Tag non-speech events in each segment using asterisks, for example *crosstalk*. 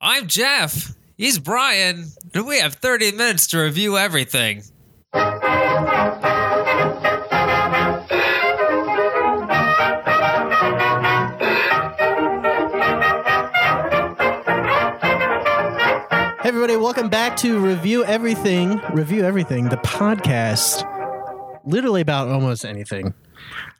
I'm Jeff. He's Brian. And we have 30 minutes to review everything. Hey everybody, welcome back to Review Everything. Review Everything, the podcast. Literally about almost anything.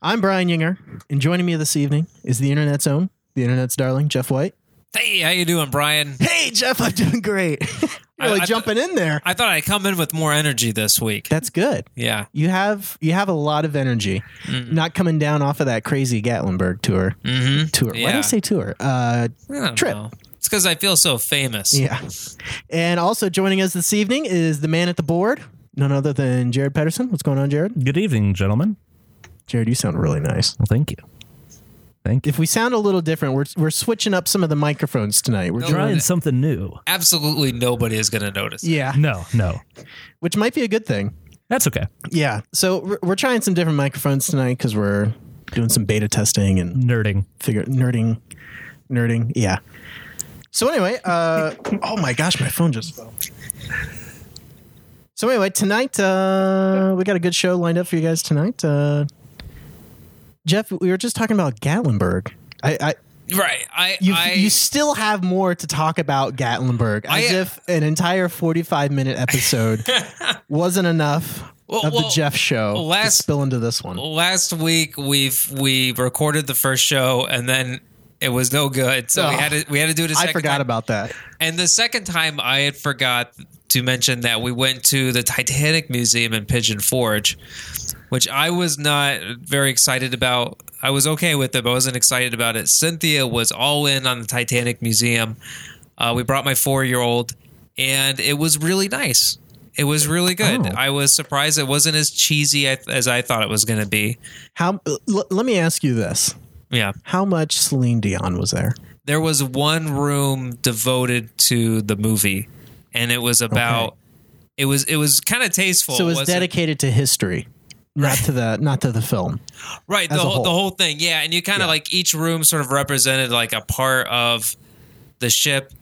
I'm Brian Yinger, and joining me this evening is the internet's own, the internet's darling, Jeff White. Hey, how you doing, Brian? Hey Jeff, I'm doing great. *laughs* really I- I- jumping in there. I thought I'd come in with more energy this week. That's good. Yeah. You have you have a lot of energy. Not coming down off of that crazy Gatlinburg tour. Mm-hmm. Tour. Why did Yeah. I say tour? Uh Trip. It's because I feel so famous. yeah. And also joining us this evening is the man at the board, none other than Jared Pedersen. What's going on, Jared? Good evening, gentlemen. Jared, you sound really nice. Well, thank you. Thank you. If we sound a little different, we're we're switching up some of the microphones tonight. We're No. trying, Trying something new. Absolutely nobody is going to notice. yeah, No, no. which might be a good thing. That's okay. Yeah, so we're, we're trying some different microphones tonight because we're doing some beta testing and Nerding. figure nerding, nerding. Yeah. So anyway, uh, oh my gosh, my phone just fell. So anyway, tonight uh, we got a good show lined up for you guys tonight. Uh, Jeff, we were just talking about Gatlinburg. I, I Right. I, You, I, you still have more to talk about Gatlinburg as I- if an entire 45 *laughs* minute episode wasn't enough Well, of the well, Jeff show to last- spill into this one. last week we've we recorded the first show and then it was no good. So we Ugh. had to we had to do it a second I forgot time. about that. And the second time, I had forgot to mention that we went to the Titanic Museum in Pigeon Forge, which I was not very excited about. I was okay with it, but I wasn't excited about it. Cynthia was all in on the Titanic Museum. Uh, we brought my four year old, and it was really nice. It was really good. Oh. I was surprised it wasn't as cheesy as- as I thought it was going to be. How? L- let me ask you this: Yeah. How much Celine Dion was there? there was one room devoted to the movie and it was about it was it was kind of tasteful so it was wasn't- dedicated to history, not to the not to the film. right the as a whole, the whole. whole thing yeah and you kind of like each room sort of represented like a part of the ship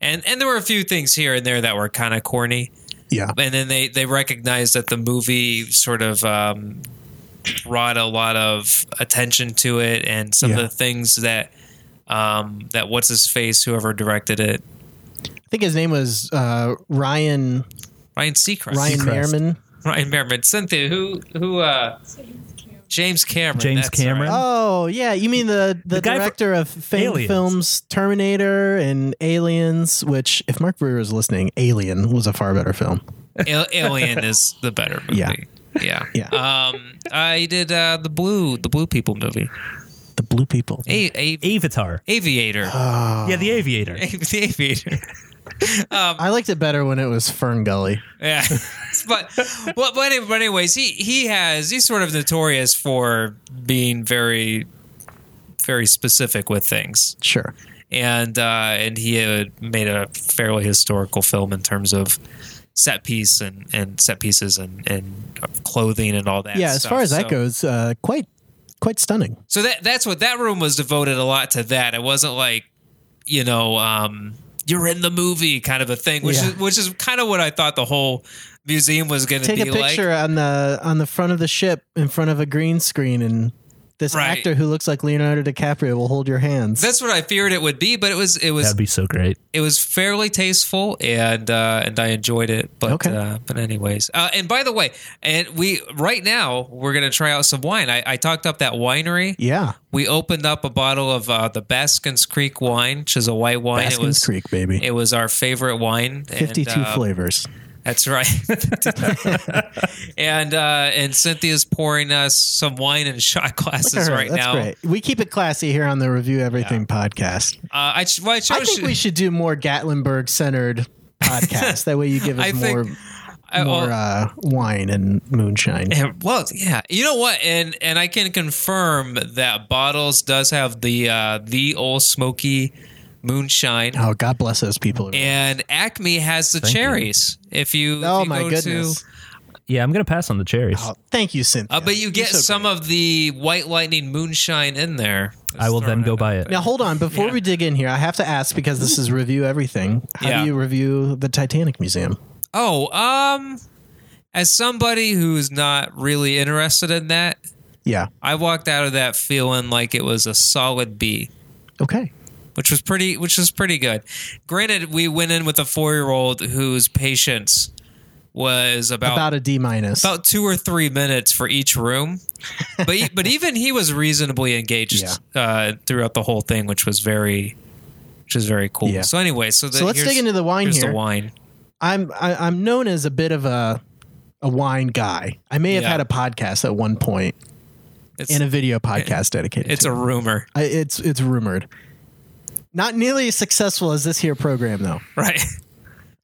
and and there were a few things here and there that were kind of corny Yeah, and then they they recognized that the movie sort of um, brought a lot of attention to it and some Yeah. of the things that um, that what's his face whoever directed it I think his name was uh, Ryan Ryan Seacrest Ryan Seacrest. Merriman. Ryan Merriman. Cynthia, who who uh James Cameron. James that's Cameron. right. Oh yeah, you mean the the, The guy fr- director of famed Aliens. films Terminator and Aliens, which if Mark Brewer is listening, Alien was a far better film. *laughs* Al- Alien is the better movie. Yeah. Yeah. Yeah. Um I did uh the blue the blue people movie. The Blue People. A- a- Avatar. aviator. Oh. Yeah, the Aviator. A- *laughs* the aviator. um, I liked it better when it was Fern Gully. Yeah. *laughs* but well, but any- but anyways, he he has he's sort of notorious for being very very specific with things. Sure. and uh, and he had made a fairly historical film in terms of set piece and, and set pieces and, and clothing and all that. yeah, as stuff. far as that So- goes, uh, quite quite stunning. So that that's what that room was devoted a lot to that. It wasn't like you know um, you're in the movie kind of a thing, which Yeah. is which is kind of what I thought the whole museum was going to Take be a picture like. on the on the front of the ship in front of a green screen and this Right. actor who looks like Leonardo DiCaprio will hold your hands. That's what I feared it would be, but it was it was That'd be so great. it was fairly tasteful and uh, and I enjoyed it. But Okay. uh, but anyways, uh, and by the way, and we right now we're gonna try out some wine. I, I talked up that winery. yeah. We opened up a bottle of uh, the Baskins Creek wine, which is a white wine. Baskins it was Creek, baby. it was our favorite wine. and, 52 uh, flavors. That's right. *laughs* and uh, and Cynthia's pouring us some wine in shot Look at glasses her. right That's now. great. We keep it classy here on the Review Everything podcast. Uh, I, ch- well, I chose. I think we should do more *laughs* Gatlinburg centered podcasts. that way you give us I more, think- I- well- more uh, wine and moonshine. And, well, yeah, you know what, and and I can confirm that Bottles does have the uh, the old smoky moonshine, Oh, God bless those people. and Acme has the cherries. If you, if oh, you my go goodness. to, Yeah, I'm going to pass on the cherries. Oh, thank you, Cynthia. uh, but you You're get so some of the White Lightning moonshine in there. I will then throwing go it buy out it. there. Now hold on, before Yeah. we dig in here, I have to ask because this *laughs* is review everything. How Yeah. do you review the Titanic Museum? Oh, um, as somebody who's not really interested in that, Yeah. I walked out of that feeling like it was a solid B, Okay. which was pretty, which was pretty good. Granted, we went in with a four-year-old whose patience was about About a D minus. Oh. about two or three minutes for each *laughs* room, but e- but even he was reasonably engaged uh, throughout the whole thing, which was very, which was very cool. Yeah. So anyway, so, the, So let's here's- dig into the wine here's here. the wine. I'm I, I'm known as a bit of a a wine guy. I may have Yeah. had a podcast at one point It's and a video podcast dedicated. it's to a it. rumor, *laughs* I, it's it's rumored. Not nearly as successful as this here program though. right?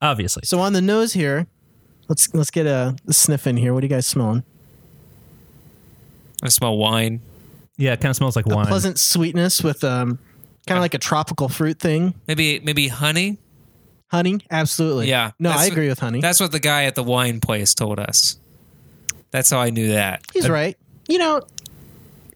Obviously. So on the nose here, let's let's get a, sniff in here. What are you guys smelling? I smell wine. Yeah, it kind of smells like wine. A pleasant sweetness with um kind of like a tropical fruit thing. Maybe maybe honey. Honey, absolutely. Yeah. No, I That's- agree with honey. That's what the guy at the wine place told us. That's how I knew that. He's right. You know,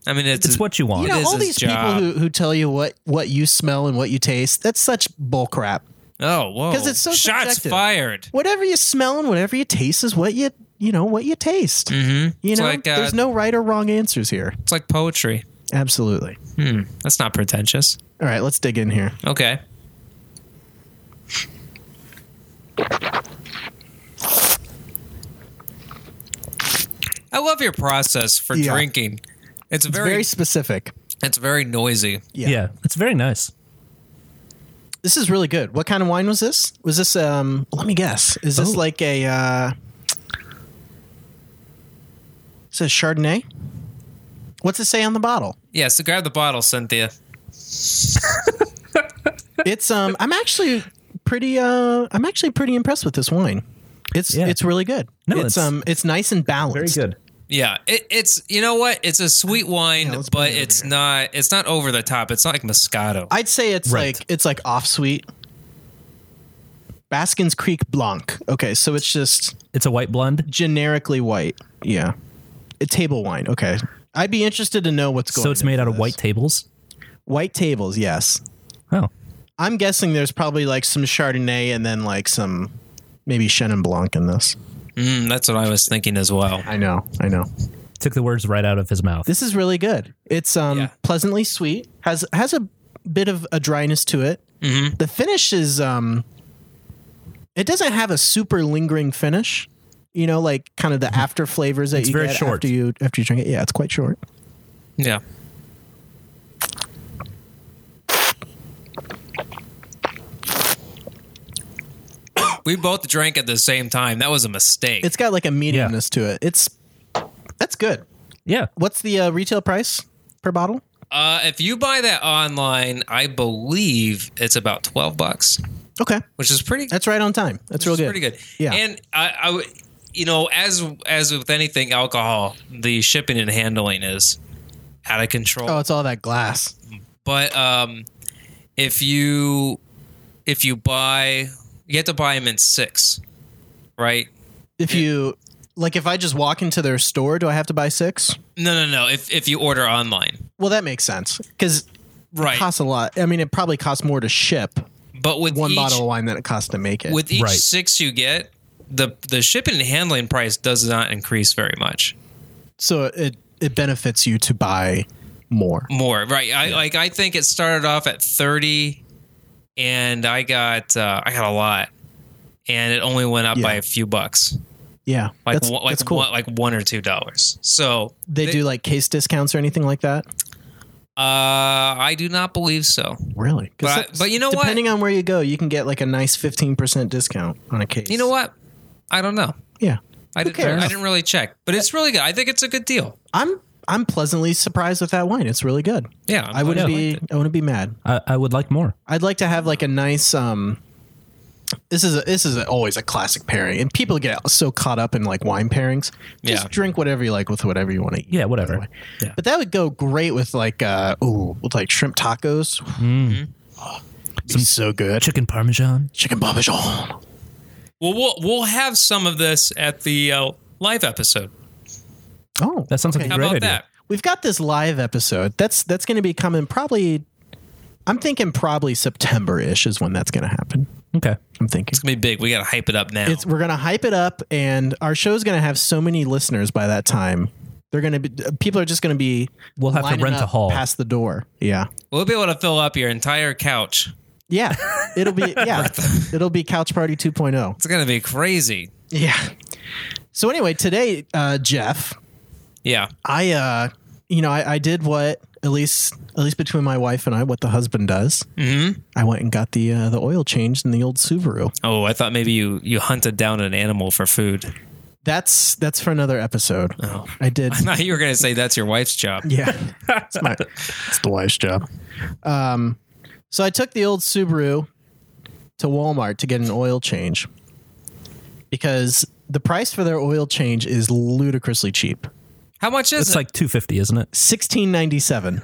I mean, it's, it's what you want. you Oh, It know is all his these job. people who, who tell you what what you smell and what you taste. That's such bull crap. Oh, whoa! 'Cause it's so shots subjective. fired. Whatever you smell and whatever you taste is what you you know what you taste. Mm-hmm. You It's know, like, uh, there's no right or wrong answers here. It's like poetry. Absolutely. Hmm. That's not pretentious. All right, let's dig in here. Okay. I love your process for Yeah. drinking. It's, It's very, very specific. it's very noisy. yeah. it's very nice. This is really good. What kind of wine was this? Was this um let me guess. Is this Oh. like a uh is it a Chardonnay? What's it say on the *laughs* bottle? Yeah, so grab the bottle, Cynthia. It's um I'm actually pretty uh I'm actually pretty impressed with this wine. It's Yeah. it's really good. No, it's, it's- um it's nice and balanced. Yeah, it, it's you know what? It's a sweet wine, let's put but it over it's here. not it's not over the top. It's not like Moscato. I'd say it's Right. like it's like off sweet. Baskins Creek Blanc. Okay, so it's just It's a white blend. generically white. Yeah, a table wine. Okay, I'd be interested to know what's going. So it's made into out of this. white tables. white tables. Yes, Oh, I'm guessing there's probably like some Chardonnay and then like some maybe Chenin Blanc in this. Mm, that's what I was thinking as well. I know, I know. took the words right out of his mouth. This is really good. It's um Yeah. pleasantly sweet. has has a bit of a dryness to it. hmm The finish is um it doesn't have a super lingering finish. You know, like kind of the after flavors that It's you very get short. after you after you drink it. Yeah, it's quite short. Yeah. We both drank at the same time. That was a mistake. It's got like a mediumness to it. It's that's good. yeah, What's the uh, retail price per bottle? uh, if you buy that online, I believe it's about twelve bucks, Okay, which is pretty. that's right on time. That's real It's good. Pretty good. Yeah. And I, I w- you know, as as with anything alcohol, the shipping and handling is out of control. Oh, it's all that glass. But um, if you if you buy, you have to buy them in six, right? If you like, if I just walk into their store, do I have to buy six? No, no, no. If if you order online, Well, that makes sense because right? it costs a lot. I mean, it probably costs more to ship But with one each, bottle of wine than it costs to make it. with each Right. six you get, the the shipping and handling price does not increase very much. so it it benefits you to buy more. more right i like i think it started off at 30 and i got uh, i got a lot and it only went up by Yeah. a few bucks Yeah, like that's, one, like that's cool. one, like one or two dollars so they, they- do like case discounts or anything like that. uh i do not believe so Really? 'Cause But I- that's- but you know what? depending on where you go, you can get like a nice fifteen percent discount on a case. you know what i don't know Yeah, i didn't cares? i didn't really check but it's really good i think it's a good deal I'm I'm pleasantly surprised with that wine. It's really good. yeah I'm I wouldn't glad you be liked it. I wouldn't be mad. I, I would like more. I'd like to have like a nice um this is a, this is a, always a classic pairing and people get so caught up in like wine pairings. Just Yeah. drink whatever you like with whatever you want to eat. Yeah, whatever. by the way. Yeah. But that would go great with like uh ooh, with like shrimp tacos. Mm. Some so good. Chicken parmesan. Chicken parmesan. well we'll we'll have some of this at the uh, live episode Oh, That sounds like how a great about idea. that we've got this live episode. That's that's going to be coming probably. I'm thinking probably September ish is when that's going to happen. Okay. I'm thinking. It's gonna be big. We gotta hype it up now. It's we're gonna hype it up, and our show's gonna have so many listeners by that time. They're gonna be people are just gonna be We'll have to lining rent a up hall. past the door. Yeah, we'll be able to fill up your entire couch. yeah, it'll *laughs* be yeah, it'll be Couch Party 2.0. It's gonna be crazy. Yeah. So anyway, today, uh, Jeff, Yeah. I uh, you know, I, I did what at least at least between my wife and I, what the husband does. Mm-hmm. I went and got the uh, the oil changed in the old Subaru. Oh, I thought maybe you you hunted down an animal for food. *laughs* That's that's for another episode. Oh. I *laughs* did. I thought you were gonna say that's your wife's job. Yeah, it's, my, it's the wife's job. Um, so I took the old Subaru to Walmart to get an oil change because the price for their oil change is ludicrously cheap How much is It's it? like 250, isn't it? sixteen ninety seven.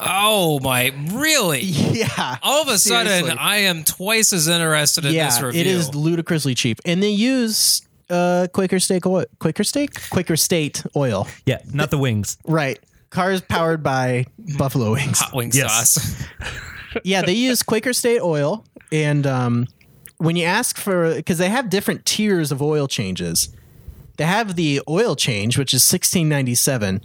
oh my, really? *laughs* yeah, All of a Seriously. sudden, I am twice as interested in this yeah, review. it is ludicrously cheap, and they use uh, Quaker State oil. Quaker State, Quaker State oil, Yeah, not the wings. right? Cars powered by buffalo wings. hot wing Yes. sauce. *laughs* yeah, they use Quaker State oil, and um, when you ask for, because they have different tiers of oil changes. They have the oil change, which is sixteen ninety seven.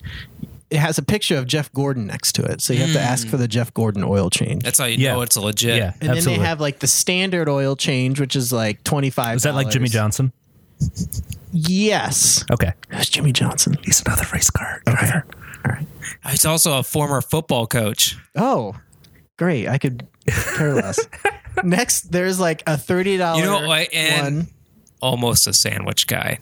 It has a picture of Jeff Gordon next to it, so you have to ask for the Jeff Gordon oil change. That's how you Yeah. know it's legit. Yeah, and absolutely. then they have like the standard oil change, which is like twenty five. Is that like Jimmy Johnson? Yes, Okay. it was Jimmy Johnson. He's another race car driver. He's also a former football coach. Oh, great! I could care *laughs* less. next, there's like a thirty dollar You know what, and- Almost a sandwich guy.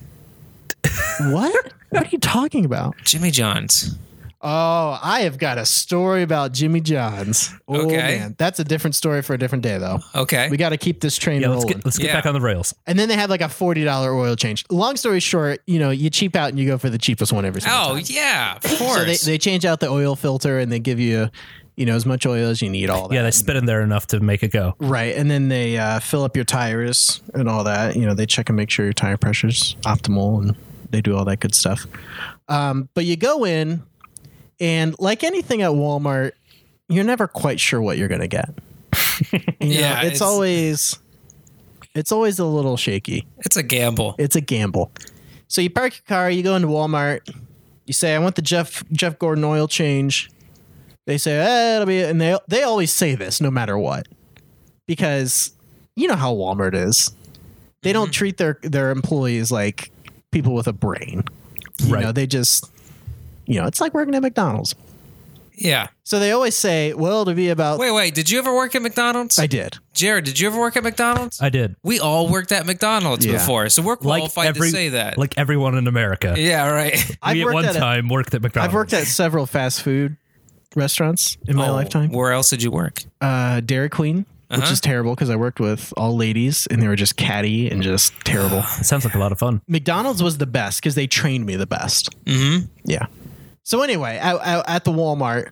one. What? What are you talking about? Jimmy John's. Oh, I have got a story about Jimmy John's. Oh, Okay. man. That's a different story for a different day, though. Okay. We got to keep this train Yeah, let's rolling. get, let's get Yeah. back on the rails. and then they had like a $40 oil change. Long story short, you know, you cheap out and you go for the cheapest one every single oh, time. yeah, of course. So they, they change out the oil filter and they give you, you know, as much oil as you need, all that. Yeah, they spit in there enough to make it go. Right. And then they uh, fill up your tires and all that. You know, they check and make sure your tire pressure's optimal and they do all that good stuff. Um, but you go in, and like anything at Walmart, you're never quite sure what you're going to get. You know, Yeah, it's, it's- always. It's always a little shaky. it's a gamble. It's a gamble. So you park your car, you go into Walmart, you say, "I want the Jeff Jeff Gordon oil change." They say, eh, "It'll be," and they they always say this no matter what, because you know how Walmart is. They Mm-hmm. don't treat their their employees like people with a brain. You Right. know, they just, you know, it's like working at McDonald's. Yeah. So they always say, "Well, to be about." Wait, wait. Did you ever work at McDonald's? I did. Jared, did you ever work at McDonald's? I did. we all worked at McDonald's Yeah. before, so we're Like qualified every, to say that. Like everyone in America. *laughs* yeah, right. I've we at worked one at a- time worked at McDonald's. I've worked at several fast food restaurants in my Oh, lifetime. Where else did you work? uh, Dairy Queen, which Uh-huh. is terrible because I worked with all ladies and they were just catty and just *sighs* terrible. Sounds like a lot of fun. McDonald's was the best because they trained me the best. Mm-hmm. Yeah. So anyway, I, I, at the Walmart,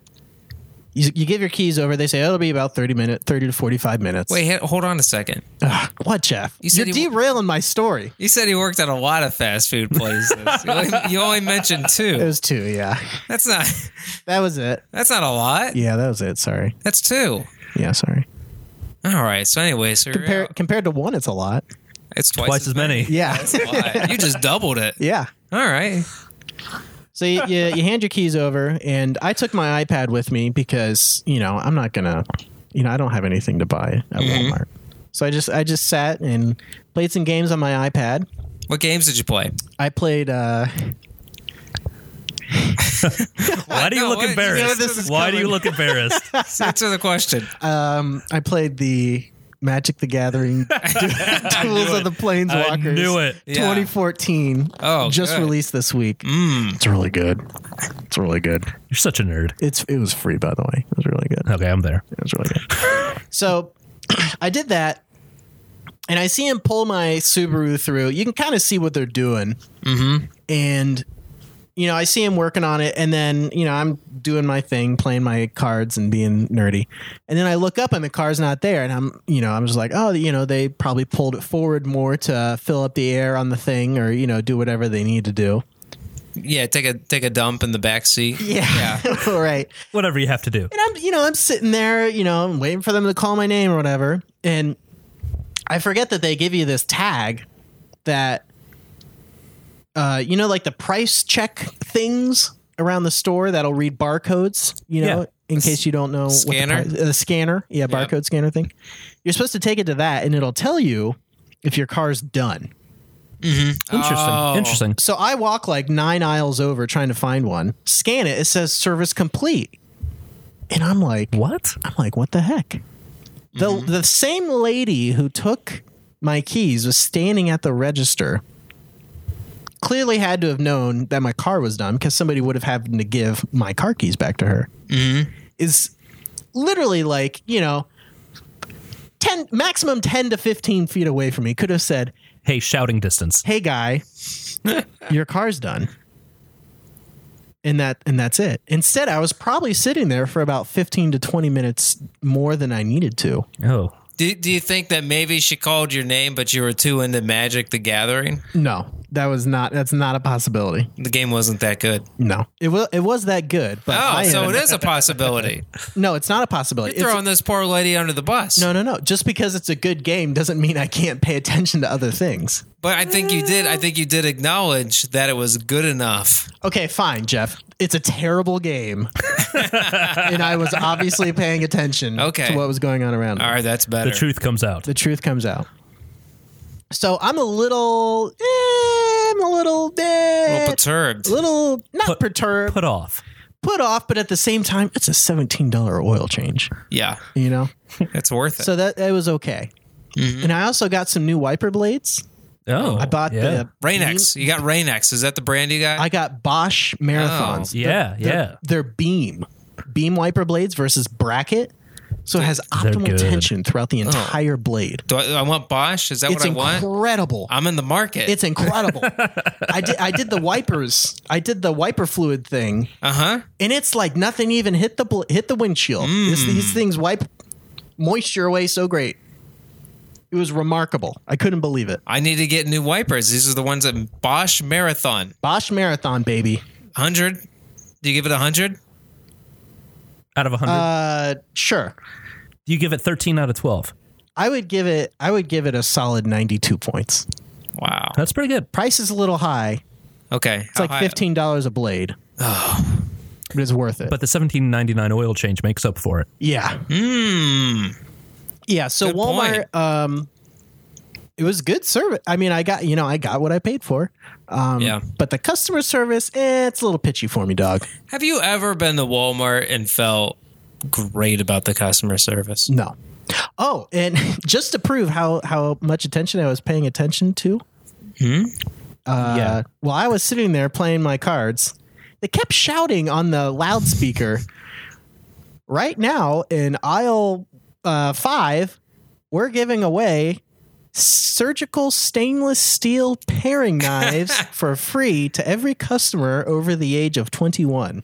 you, you give your keys over. They say oh, it'll be about thirty minutes, thirty to forty-five minutes. Wait, he- hold on a second. Ugh, what, Jeff? You You are said you- derailing my story. You said he worked at a lot of fast food places. *laughs* you, only, you only mentioned It two. was two. Yeah, That's not. *laughs* *laughs* that was it. That's not a lot. Yeah, that was it. Sorry. That's two. Yeah, sorry. All right. So anyway, so you're Compar- out. compared to one, it's a lot. it's twice, Twice as many. Yeah, Why? You just doubled it. *laughs* yeah. All right. So you, you, you hand your keys over, and I took my iPad with me because you know I'm not gonna, you know I don't have anything to buy at Walmart. So I just I just sat and played some games on my iPad. What games did you play? I played uh, Why do you No, look what- you know embarrassed? this is Why do you coming. look embarrassed? *laughs* Answer the question. um *laughs* I played the Magic the Gathering Tools of the Planeswalkers. I knew it. Yeah. 2014. Oh, just good. released this week. It's really good. It's really good. You're such a nerd. It's it was free by the way. It was really good. Okay, I'm there. It was really good. *laughs* so *clears throat* I did that, and I see him pull my Subaru through. You can kind of see what they're doing. Mm-hmm. And, you know, I see him working on it, and then, you know, I'm doing my thing, playing my cards and being nerdy. And then I look up, and the car's not there. And I'm, you know, I'm just like, oh, you know, they probably pulled it forward more to fill up the air on the thing or, you know, do whatever they need to do. yeah, take a take a dump in the back seat. Yeah. All *laughs* right. Whatever you have to do. And I'm, you know, I'm sitting there, you know, I'm waiting for them to call my name or whatever. And I forget that they give you this tag that, uh, you know, like the price check things around the store that'll read barcodes, you know, Yeah. in case you don't know what the Scanner? price- uh, scanner. Yeah, barcode scanner thing. You're supposed to take it to that and it'll tell you if your car's done. Interesting. Oh. Interesting. So I walk like nine aisles over trying to find one, scan it, it says service complete. And I'm like, What? I'm like, what the heck? The the same lady who took my keys was standing at the register. Clearly had to have known that my car was done because somebody would have happened to give my car keys back to her. Mm-hmm. Is literally like, you know, 10 maximum 10 to 15 feet away from me could have said, Hey, shouting distance. hey guy your car's done and that and that's it instead i was probably sitting there for about 15 to 20 minutes more than i needed to Oh. Do, do you think that maybe she called your name, but you were too into Magic the Gathering? no that was not that's not a possibility The game wasn't that good. no it was it was that good but Oh, I so am- it *laughs* is a possibility. no it's not a possibility It's- Throwing this poor lady under the bus. no no no just because it's a good game doesn't mean i can't pay attention to other things But I think you did. I think you did acknowledge that it was good enough. okay fine jeff it's a *laughs* terrible game and i was obviously paying attention Okay. to what was going on around me. All right, that's better. The truth comes out. the truth comes out. So I'm a little, eh, I'm a little, eh, A little perturbed. little not Put- perturbed, put, Put off. off, but at the same time, it's a seventeen dollar oil change. Yeah, You know, it's worth it. so that that was okay. Mm-hmm. And I also got some new wiper blades. Oh. I bought the Rain-X. You got Rain-X. Is that the brand you got? I got Bosch marathons. Oh, Yeah, yeah. They're beam, beam wiper blades versus bracket. So it has They're optimal good. Oh. tension throughout the entire blade. Do I, I want Bosch? Is that It's what I want? incredible. I'm in the market. It's incredible. I did I did the wipers. I did the wiper fluid thing, uh huh. and it's like nothing even hit the bl- hit the windshield. This, these things wipe moisture away so great. It was remarkable. I couldn't believe it. I need to get new wipers. These are the ones that Bosch Marathon. Bosch Marathon, baby. 100. Do you give it 100? Out of 100. Uh, sure. you give it 13 out of 12. I would give it. I would give it a solid ninety-two points. Wow. That's pretty good. Price is a little high. Okay. It's like fifteen dollars a blade. Oh. But it's worth it. But the 17.99 oil change makes up for it. Yeah. Yeah. So Hmm. Good Walmart, point. um, it was good service. I mean, I got you know I got what I paid for. Um, Yeah. But the customer service, eh, it's a little pitchy for me, dog. Have you ever been to Walmart and felt great about the customer service? No. Oh, and *laughs* just to prove how how much attention I was paying attention to. Uh, Hmm? Yeah. While I was sitting there playing my cards, they kept shouting on the loudspeaker. right now in aisle uh, five, we're giving away surgical stainless steel paring *laughs* knives for free to every customer over the age of 21.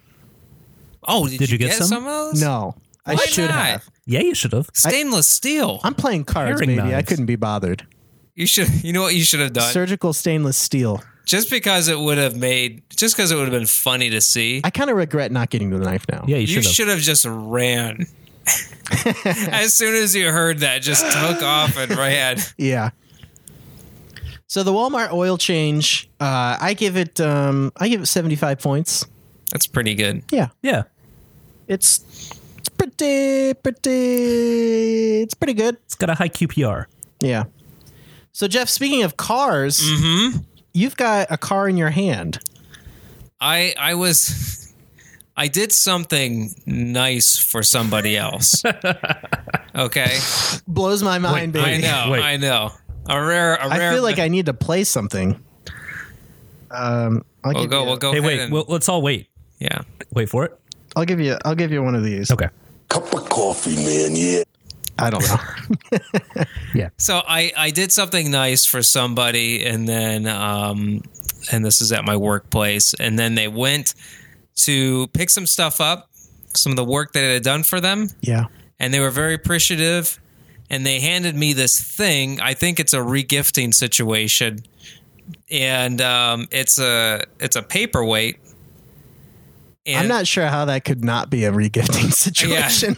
Oh, did, Did you get some? of those? No, I Why should not? have. Yeah, you should have. Stainless steel. I'm playing cards, Paring baby. I knives. couldn't be bothered. You should. You know what you should have done. Surgical stainless steel. just because it would have made. Just because it would have been funny to see. I kind of regret not getting the knife now. Yeah, you you should have. should have just ran. *laughs* as soon as you heard that, just took off and ran. Yeah. So the Walmart oil change, uh, I give it, um, I give it seventy five points. That's pretty good. Yeah, Yeah. it's it's pretty, pretty, it's pretty good. It's got a high QPR. Yeah. So Jeff, speaking of cars, Mm-hmm. you've got a car in your hand. I I was I did something nice for somebody else. okay. Blows my mind, *laughs* Wait, I baby. know. Wait. I know. A rare a I rare feel like I need to play something. Um, I'll We'll give go you, we'll go Hey, ahead wait. and- Well, let's all wait. yeah. Wait for it. I'll give you. I'll give you one of these. Okay. Cup of coffee, man, yeah. I don't *laughs* know. So I I did something nice for somebody and then um and this is at my workplace and then they went to pick some stuff up, some of the work that I had done for them yeah. and they were very appreciative and they handed me this thing i think it's a regifting situation and um, it's a it's a paperweight. I'm And- not sure how that could not be a regifting *laughs* situation.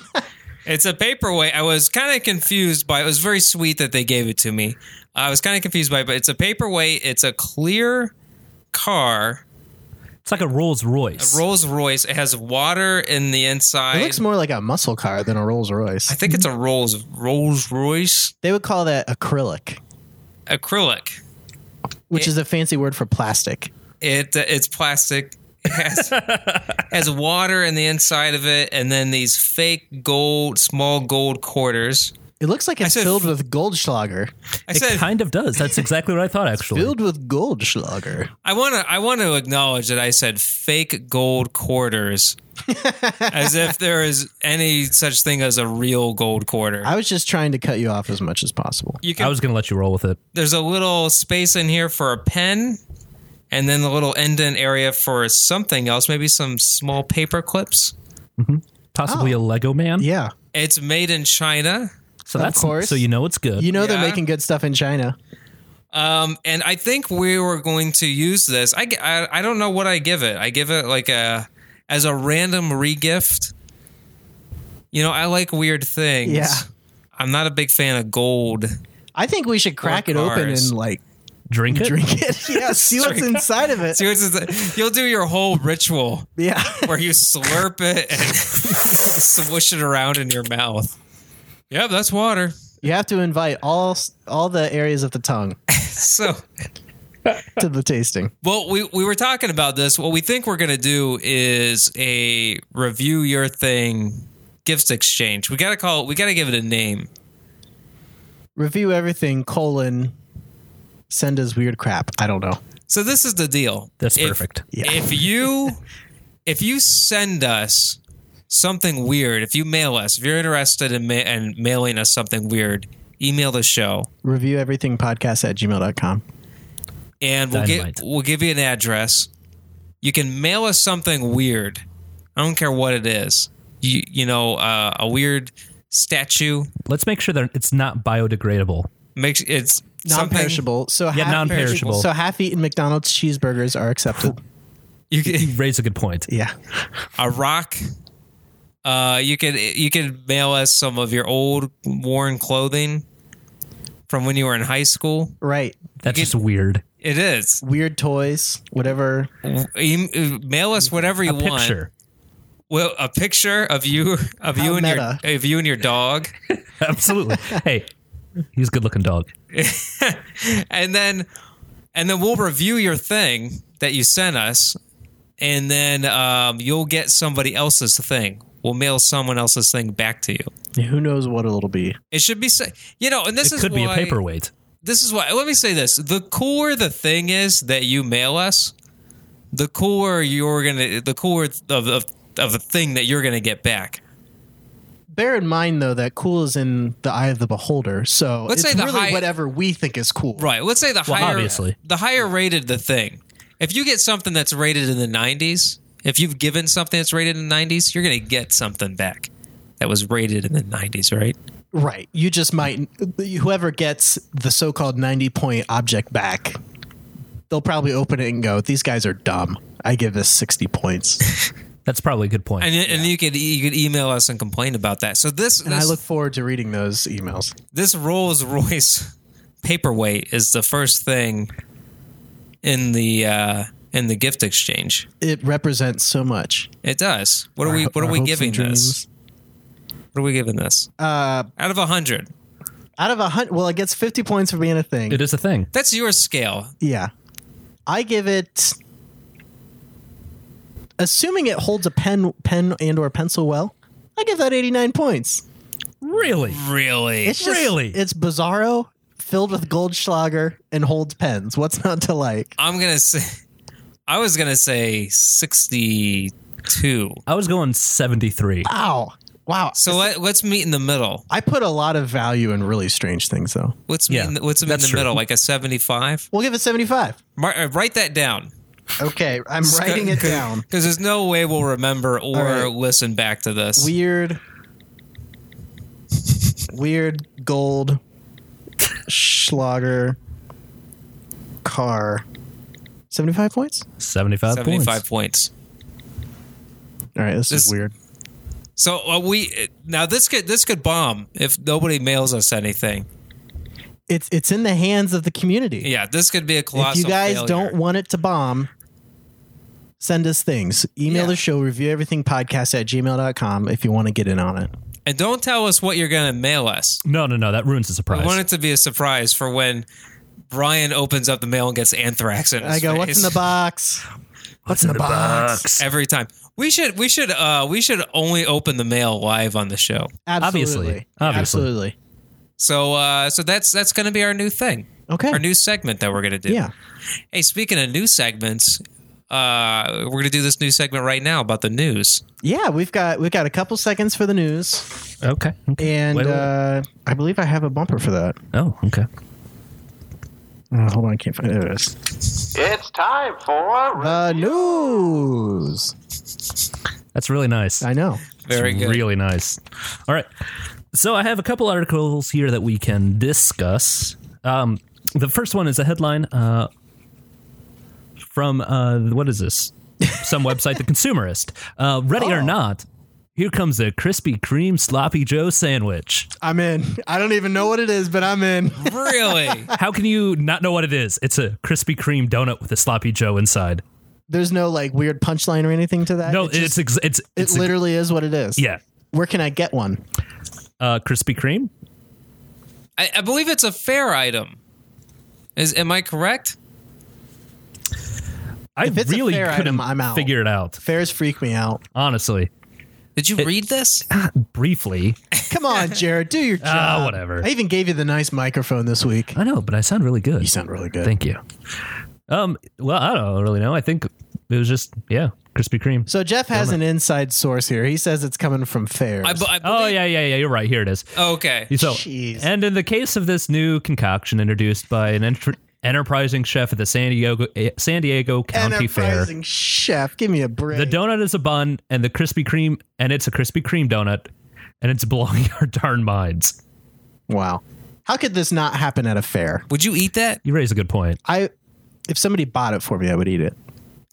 It's a paperweight. I was kind of confused by. It was very sweet that they gave it to me. I was kind of confused by, it, but it's a paperweight. It's a clear car, It's like a Rolls Royce. a Rolls Royce. It has water in the inside. *laughs* it looks more like a muscle car than a Rolls Royce. I think it's a Rolls Rolls Royce they would call that acrylic, acrylic. which It- is a fancy word for plastic. It uh, it's plastic. It has, has water in the inside of it, and then these fake gold, small gold quarters. It looks like it's said filled f- with Goldschlager. I it said, kind of does. That's exactly what I thought, actually. Filled with Goldschlager. I want to I want to acknowledge that I said fake gold quarters as if there is any such thing as a real gold quarter. I was just trying to cut you off as much as possible. You can I was going to let you roll with it. there's a little space in here for a pen and then the little indent area for something else, maybe some small paper clips. Possibly a Lego man. Oh. Yeah. It's made in China. So Of that's course. so you know it's good. You know they're Yeah. making good stuff in China. Um, and I think we were going to use this. I, g- I- I don't know what I give it. I give it like a as a random regift. You know, I like weird things. Yeah. I'm not a big fan of gold. I think we should crack it open cars. and like Drink it. drink it. *laughs* Yeah, see what's inside of *laughs* it. See, what's the- You'll do your whole ritual Yeah. where you slurp it and *laughs* swish it around in your mouth. Yep, that's water. *laughs* You have to invite all s- all the areas of the tongue So, to the tasting. well, we, we were talking about this. What we think we're going to do is a review your thing gifts exchange. We got to call it, we got to give it a name. Review everything, colon, send us weird crap. I don't know. So this is the deal. That's If- perfect. Yeah. If you if you send us something weird, if you mail us, if you're interested in ma- and mailing us something weird, email the show Review everything podcast at gmail.com. and we'll Dynamite. get we'll give you an address. You can mail us something weird. I don't care what it is. You you know uh, a weird statue. Let's make sure that it's not biodegradable. Makes it's Non something- perishable. So Yeah, half- non-perishable. So half eaten McDonald's cheeseburgers *laughs* are accepted. You can, You raise a good point. Yeah. a rock. Uh, you could you could mail us some of your old worn clothing from when you were in high school. Right. That's You just weird. It is Weird toys, whatever. E- mail us whatever you A want. picture. Well, a picture of you of you How and meta. your of you and your dog, Absolutely. *laughs* hey, he's a good looking dog. and then and then we'll review your thing that you sent us, and then um, you'll get somebody else's thing. We'll mail someone else's thing back to you. Who knows what it'll be? It should be, sa- you know, and this It is could be a why- paperweight. this is why let me say this the cooler the thing is that you mail us the cooler you're gonna the cooler of, of, of the thing that you're gonna get back Bear in mind, though, that cool is in the eye of the beholder. So Let's it's say the really high- whatever we think is cool. right let's say the Well, higher obviously. the higher rated the thing if you get something that's rated in the 90s if you've given something that's rated in the 90s you're gonna get something back that was rated in the 90s right Right. You just might, whoever gets the so called 90 point object back, they'll probably open it and go, these guys are dumb. I give this 60 *laughs* points. That's probably a good point. and, and you could you could email us and complain about that so this and I this, look forward to reading those emails. this Rolls Royce paperweight is the first thing in the uh, in the gift exchange. It represents so much. It does. What are we Our- What are our we hopes giving and this? dreams. What are we giving this? Uh, Out of hundred, Out of a hundred, well, it gets 50 points for being a thing. it is a thing. that's your scale. Yeah. I give it assuming it holds a pen pen and or pencil well, I give that 89 points. Really? Really? It's just, Really? it's bizarro filled with Goldschlager and holds pens. What's not to like? I'm gonna say. I was gonna say sixty-two. I was going 73. Wow. Wow. So let, let's meet in the middle. I put a lot of value in really strange things though. Let's meet. Yeah, in the, let's meet in that's the true. middle, like a seventy-five. We'll give it 75. Mar- uh, write that down Okay, I'm *laughs* writing it down. because there's no way we'll remember or right. listen back to this. Weird weird gold Schlager car 75 points? 75, 75 points. points. All right, this, This- is weird. So uh, we now this could this could bomb if nobody mails us anything. It's it's in the hands of the community. Yeah, this could be a if colossal. you guys failure. don't want it to bomb send us things email Yeah. the show review everything podcast at gmail.com if you want to get in on it and don't tell us what you're going to mail us. No, no, no. That ruins the I surprise. want it to be a surprise for when Brian opens up the mail and gets anthrax in his i go face. what's in the box what's in the box? Every time. We should we should uh we should only open the mail live on the show. absolutely Obviously. Obviously. absolutely So uh so that's that's going to be our new thing. okay Our new segment that we're going to do. yeah Hey, speaking of new segments, uh we're going to do this new segment right now about the news. yeah we've got we've got a couple seconds for the news Okay. okay. and Wait, wait, wait. uh i believe i have a bumper for that oh, okay. Uh, hold on i can't find it There it is. It's time for the news That's really nice. i know Very It's good. Really nice. All right. So I have a couple articles here that we can discuss. Um, the first one is a headline uh, from uh, what is this? Some website, The Consumerist. Uh, ready or not, here comes a Krispy Kreme sloppy Joe sandwich. i'm in i don't even know what it is but i'm in *laughs* really? How can you not know what it is? It's a Krispy Kreme donut with a sloppy Joe inside. there's no like weird punchline or anything to that No, It just- it's ex- it's It it's a- literally is what it is. yeah. Where can I get one? Uh, Krispy Kreme. I, I believe it's a fair item. Is am I correct? I If it's a really fair couldn't item, I'm out. figure it out. Fairs freak me out. Honestly, Did you read this? briefly. Come *laughs* on, Jared, do your job. Ah, whatever. I even gave you the nice microphone this week. I know, but I sound really good. You sound really good. Uh, Thank you. Um. Well, I don't really know. I think it was just yeah, Krispy Kreme. so Jeff has an inside source here. He says it's coming from Fairs. I, bu- I oh believe- yeah, yeah, yeah. You're right. Here it is. Okay. So, Jeez. and in the case of this new concoction introduced by an enter- enterprising chef at the San Diego eh, San Diego County Fair, Enterprising chef, give me a break. the donut is a bun, and the Krispy Kreme, and it's a Krispy Kreme donut, and it's blowing *laughs* our darn minds. wow, how could this not happen at a fair? Would you eat that? You raise a good point. I, if somebody bought it for me, I would eat it.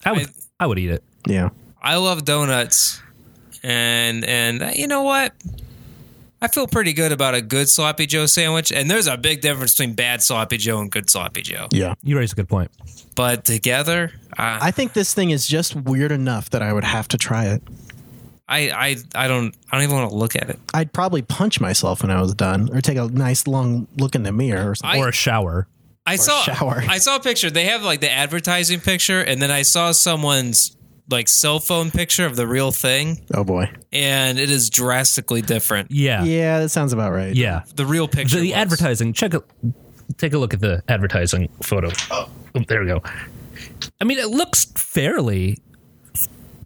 I would, I- I would eat it. Yeah, I love donuts, and and uh, you know what? I feel pretty good about a good sloppy Joe sandwich, and there's a big difference between bad sloppy Joe and good sloppy Joe. yeah. You raise a good point. But together, uh, I I think this thing is just weird enough that I would have to try it. I I, I don't I don't even want to look at it. I'd probably punch myself when I was done, or take a nice long look in the mirror. Or something. I- or a shower. I saw shower. I saw a picture. They have like the advertising picture, and then I saw someone's like cell phone picture of the real thing, oh boy. and it is drastically different. Yeah. Yeah. Yeah, that sounds about right. The real picture. The, the was. advertising. Check. A, take a look at the advertising photo. Oh, there we go. I mean, it looks fairly,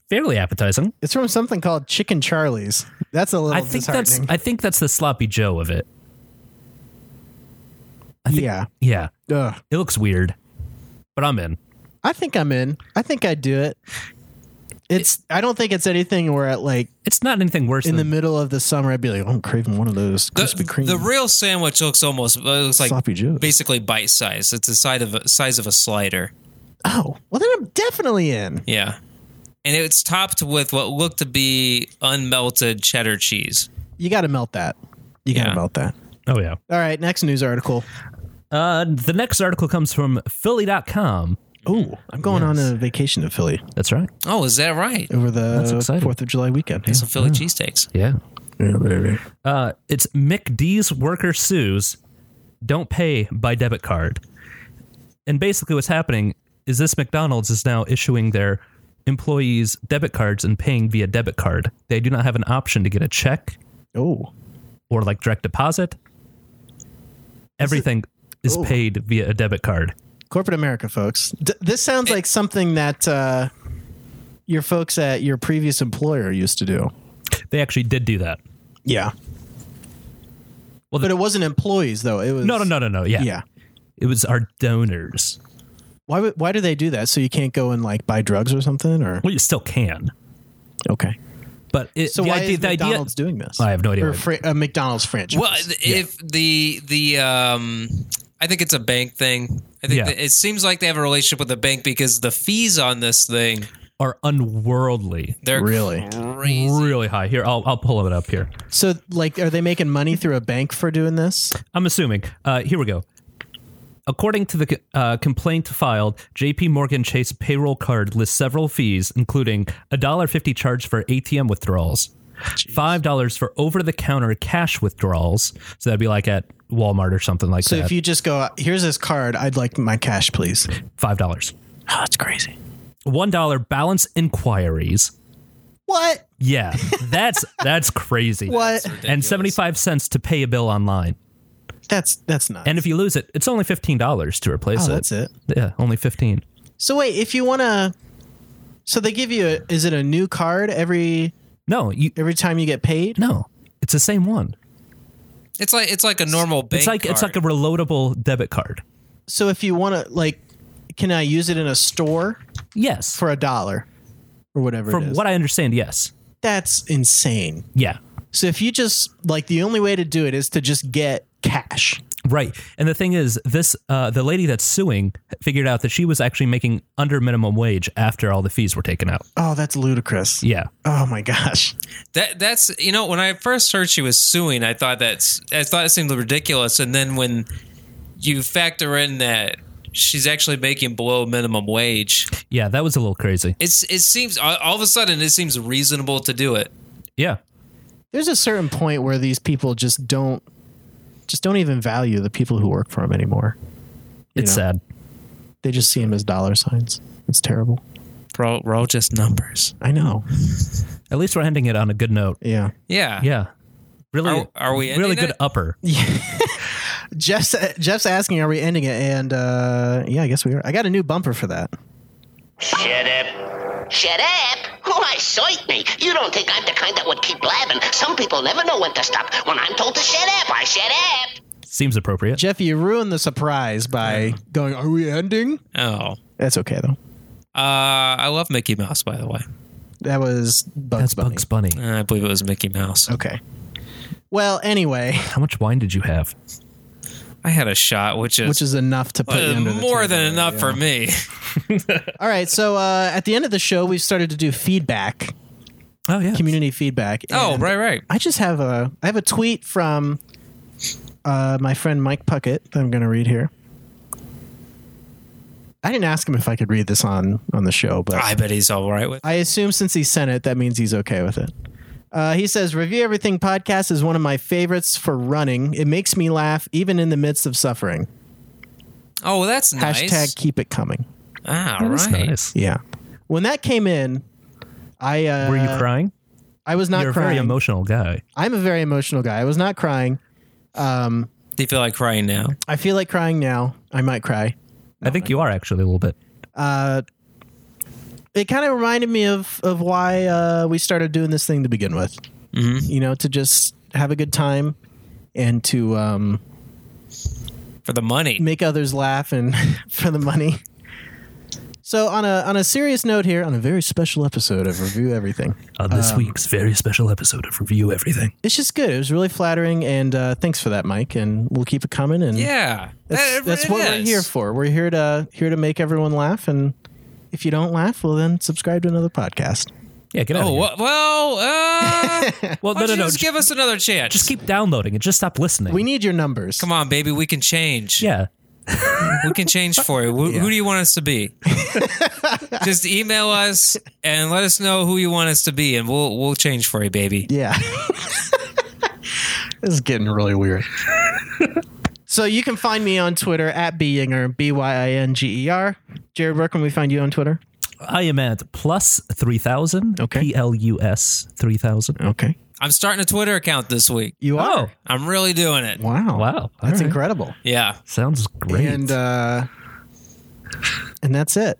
fairly appetizing. It's from something called Chicken Charlie's. That's a little I think that's. disheartening. I think that's the sloppy Joe of it. I think, yeah. Yeah. Ugh. It looks weird, but I'm in. I think I'm in. I think I'd do it. It's. I don't think it's anything where at like It's not anything worse in the than middle of the summer I'd be like, oh, I'm craving one of those Krispy The, Kreme. the real sandwich looks almost it looks like Sloppy Joes. basically bite size. It's the size of a, size of a slider. oh, well then I'm definitely in. Yeah. And it's topped with what looked to be unmelted cheddar cheese. You got to melt that. You got to Yeah. melt that. Oh yeah. All right, next news article. Uh, the next article comes from Philly.com. Oh, I'm going on a vacation to Philly That's right. Oh, is that right? over That's the exciting. Fourth of July weekend. Some Philly cheesesteaks. Yeah. Yeah, baby. Uh, it's McD's worker sues, don't pay by debit card. And basically, what's happening is this McDonald's is now issuing their employees debit cards and paying via debit card. They do not have an option to get a check Oh, or like direct deposit. Everything is Oh. paid via a debit card. corporate America, folks. D- this sounds like something that uh, your folks at your previous employer used to do. They actually did do that. Yeah. Well, but the- it wasn't employees though. It was No, no, no, no, no. Yeah. Yeah. It was our donors. Why? would- Why do they do that? So you can't go and like buy drugs or something? Or Well, you still can. okay. But it, So the why idea, is the idea- McDonald's doing this? uh, I have no idea. Or a, fr- a McDonald's franchise. Well, if the the um I think it's a bank thing. I think Yeah. that it seems like they have a relationship with the bank because the fees on this thing are unworldly. they're Really? crazy. Really high. Here, I'll, I'll pull it up here. So, like, are they making money through a bank for doing this? I'm assuming. Uh, here we go. According to the uh, complaint filed, JP Morgan Chase payroll card lists several fees, including $1.50 charged for ATM withdrawals, $5 for over the counter cash withdrawals. So that'd be like at Walmart or something like So, that. if you just go, here's this card, I'd like my cash, please. $5. Oh, that's crazy. $1 balance inquiries. What? *laughs* Yeah, that's that's crazy. What? And 75 cents to pay a bill online. That's that's not. And if you lose it, it's only $15 to replace oh, it. that's it. Yeah, only 15. So wait, if you want to, so they give you a, is it a new card every No, you every time you get paid? No, it's the same one. It's like it's like a normal bank. it's like it's like a reloadable debit card. So if you want to, like, can I use it in a store Yes, for a dollar or whatever? from it is? what I understand, yes, that's insane. yeah, So if you just like the only way to do it is to just get cash. right. And the thing is, this uh, the lady that's suing figured out that she was actually making under minimum wage after all the fees were taken out. Oh, that's ludicrous. Yeah, Oh my gosh. That that's you know when I first heard she was suing, I thought that's I thought it seemed ridiculous, and then when you factor in that she's actually making below minimum wage, yeah, that was a little crazy. it's it seems all all of a sudden it seems reasonable to do it. Yeah, There's a certain point where these people just don't just don't even value the people who work for them anymore. You it's know? sad. They just see them as dollar signs. It's terrible. Bro, we're all just numbers. I know. At least we're ending it on a good note. Yeah. Yeah, Yeah, really. Are- are we really ending good it? upper? Jeff's Jeff's asking, are we ending it? And uh, yeah, I guess we are. I got a new bumper for that. Shut up. Shut up? Why, sight me. You don't think I'm the kind that would keep blabbing. Some people never know when to stop. When I'm told to shut up, I shut up. Seems appropriate. Jeff, you ruined the surprise by going, Are we ending? Oh, That's okay though. uh, I love Mickey Mouse. By the way, That was Bugs That's Bunny. Bugs Bunny. Uh, I believe it was Mickey Mouse. Okay. Well, anyway, How much wine did you have? I had a shot, which is which is enough to put you uh, under the more table, than enough yeah. for me. All right, so uh, at the end of the show, we've started to do feedback, Oh yeah, community feedback. *laughs* Oh, and right, right. I just have a I have a tweet from uh, my friend Mike Puckett that I'm going to read here. I didn't ask him if I could read this on on the show, but I bet he's all right with. I assume since he sent it, that means he's okay with it. Uh, he says, Review Everything podcast is one of my favorites for running. It makes me laugh even in the midst of suffering. Oh, well, that's nice. Hashtag keep it coming. Ah, That is right. nice. Yeah. When that came in, I uh, Were you crying? I was not You're a crying. very emotional guy. I'm a very emotional guy. I was not crying. Do you feel like crying now? I feel like crying now. I might cry. I think you are actually a little bit. It kind of reminded me of of why uh, we started doing this thing to begin with. Mm-hmm. You know, to just have a good time and to um, For the money. make others laugh and *laughs* for the money. So on a on a serious note here, on a very special episode of Review Everything. on Uh, this week's very special episode of Review Everything. It's just good. It was really flattering and uh, thanks for that, Mike. And we'll keep it coming and Yeah. That's, That- that's it what we're is. here for. We're here to here to make everyone laugh, and if you don't laugh, well, then subscribe to another podcast. Yeah, get Oh, out. of here. wha- well, *laughs* uh, well, why don't no, no, you no. just Just, give us another chance. just keep downloading and just stop listening. We need your numbers. Come on, baby. We can change. yeah, We can change for you. Who, who do you want us to *laughs* be? just email us and let us know who you want us to be, and we'll we'll change for you, baby. Yeah, *laughs* this is getting really weird. so you can find me on Twitter at byinger b y i n g e r. Jared, where can we find you on Twitter? I am at plus three thousand. Okay. P L U S three thousand. Okay, I'm starting a Twitter account this week. you Oh, are. I'm really doing it. Wow, wow, that's All right. incredible. Yeah, Sounds great. And uh, and that's it.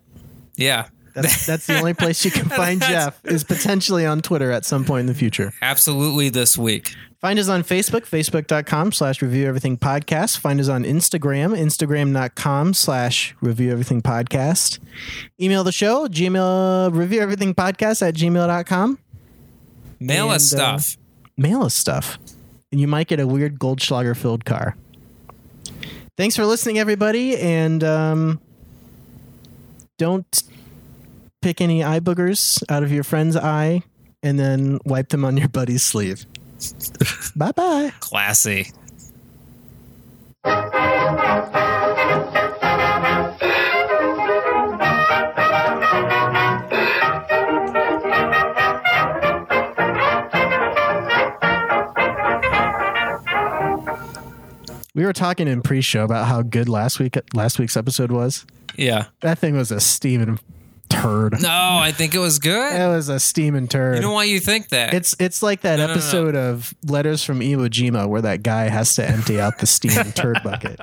yeah, That's, that's the only place you can *laughs* find Jeff is potentially on Twitter at some point in the future. absolutely. This week, Find us on Facebook, facebook.com slash review everything podcast. Find us on Instagram, instagram.com slash review everything podcast. Email the show, gmail review everything podcast at gmail.com. mail us And, uh, stuff. Mail us stuff. And you might get a weird Goldschlager filled car. Thanks for listening, everybody, and um, don't pick any eye boogers out of your friend's eye and then wipe them on your buddy's sleeve. bye bye. Classy. We were talking in pre-show about how good last week last week's episode was. Yeah. That thing was a steaming turd. No, I think it was good. That was a steaming turd. You know why you think that? It's it's like that No, no, no, no. *laughs* episode of Letters from Iwo Jima where that guy has to empty out the steaming turd bucket.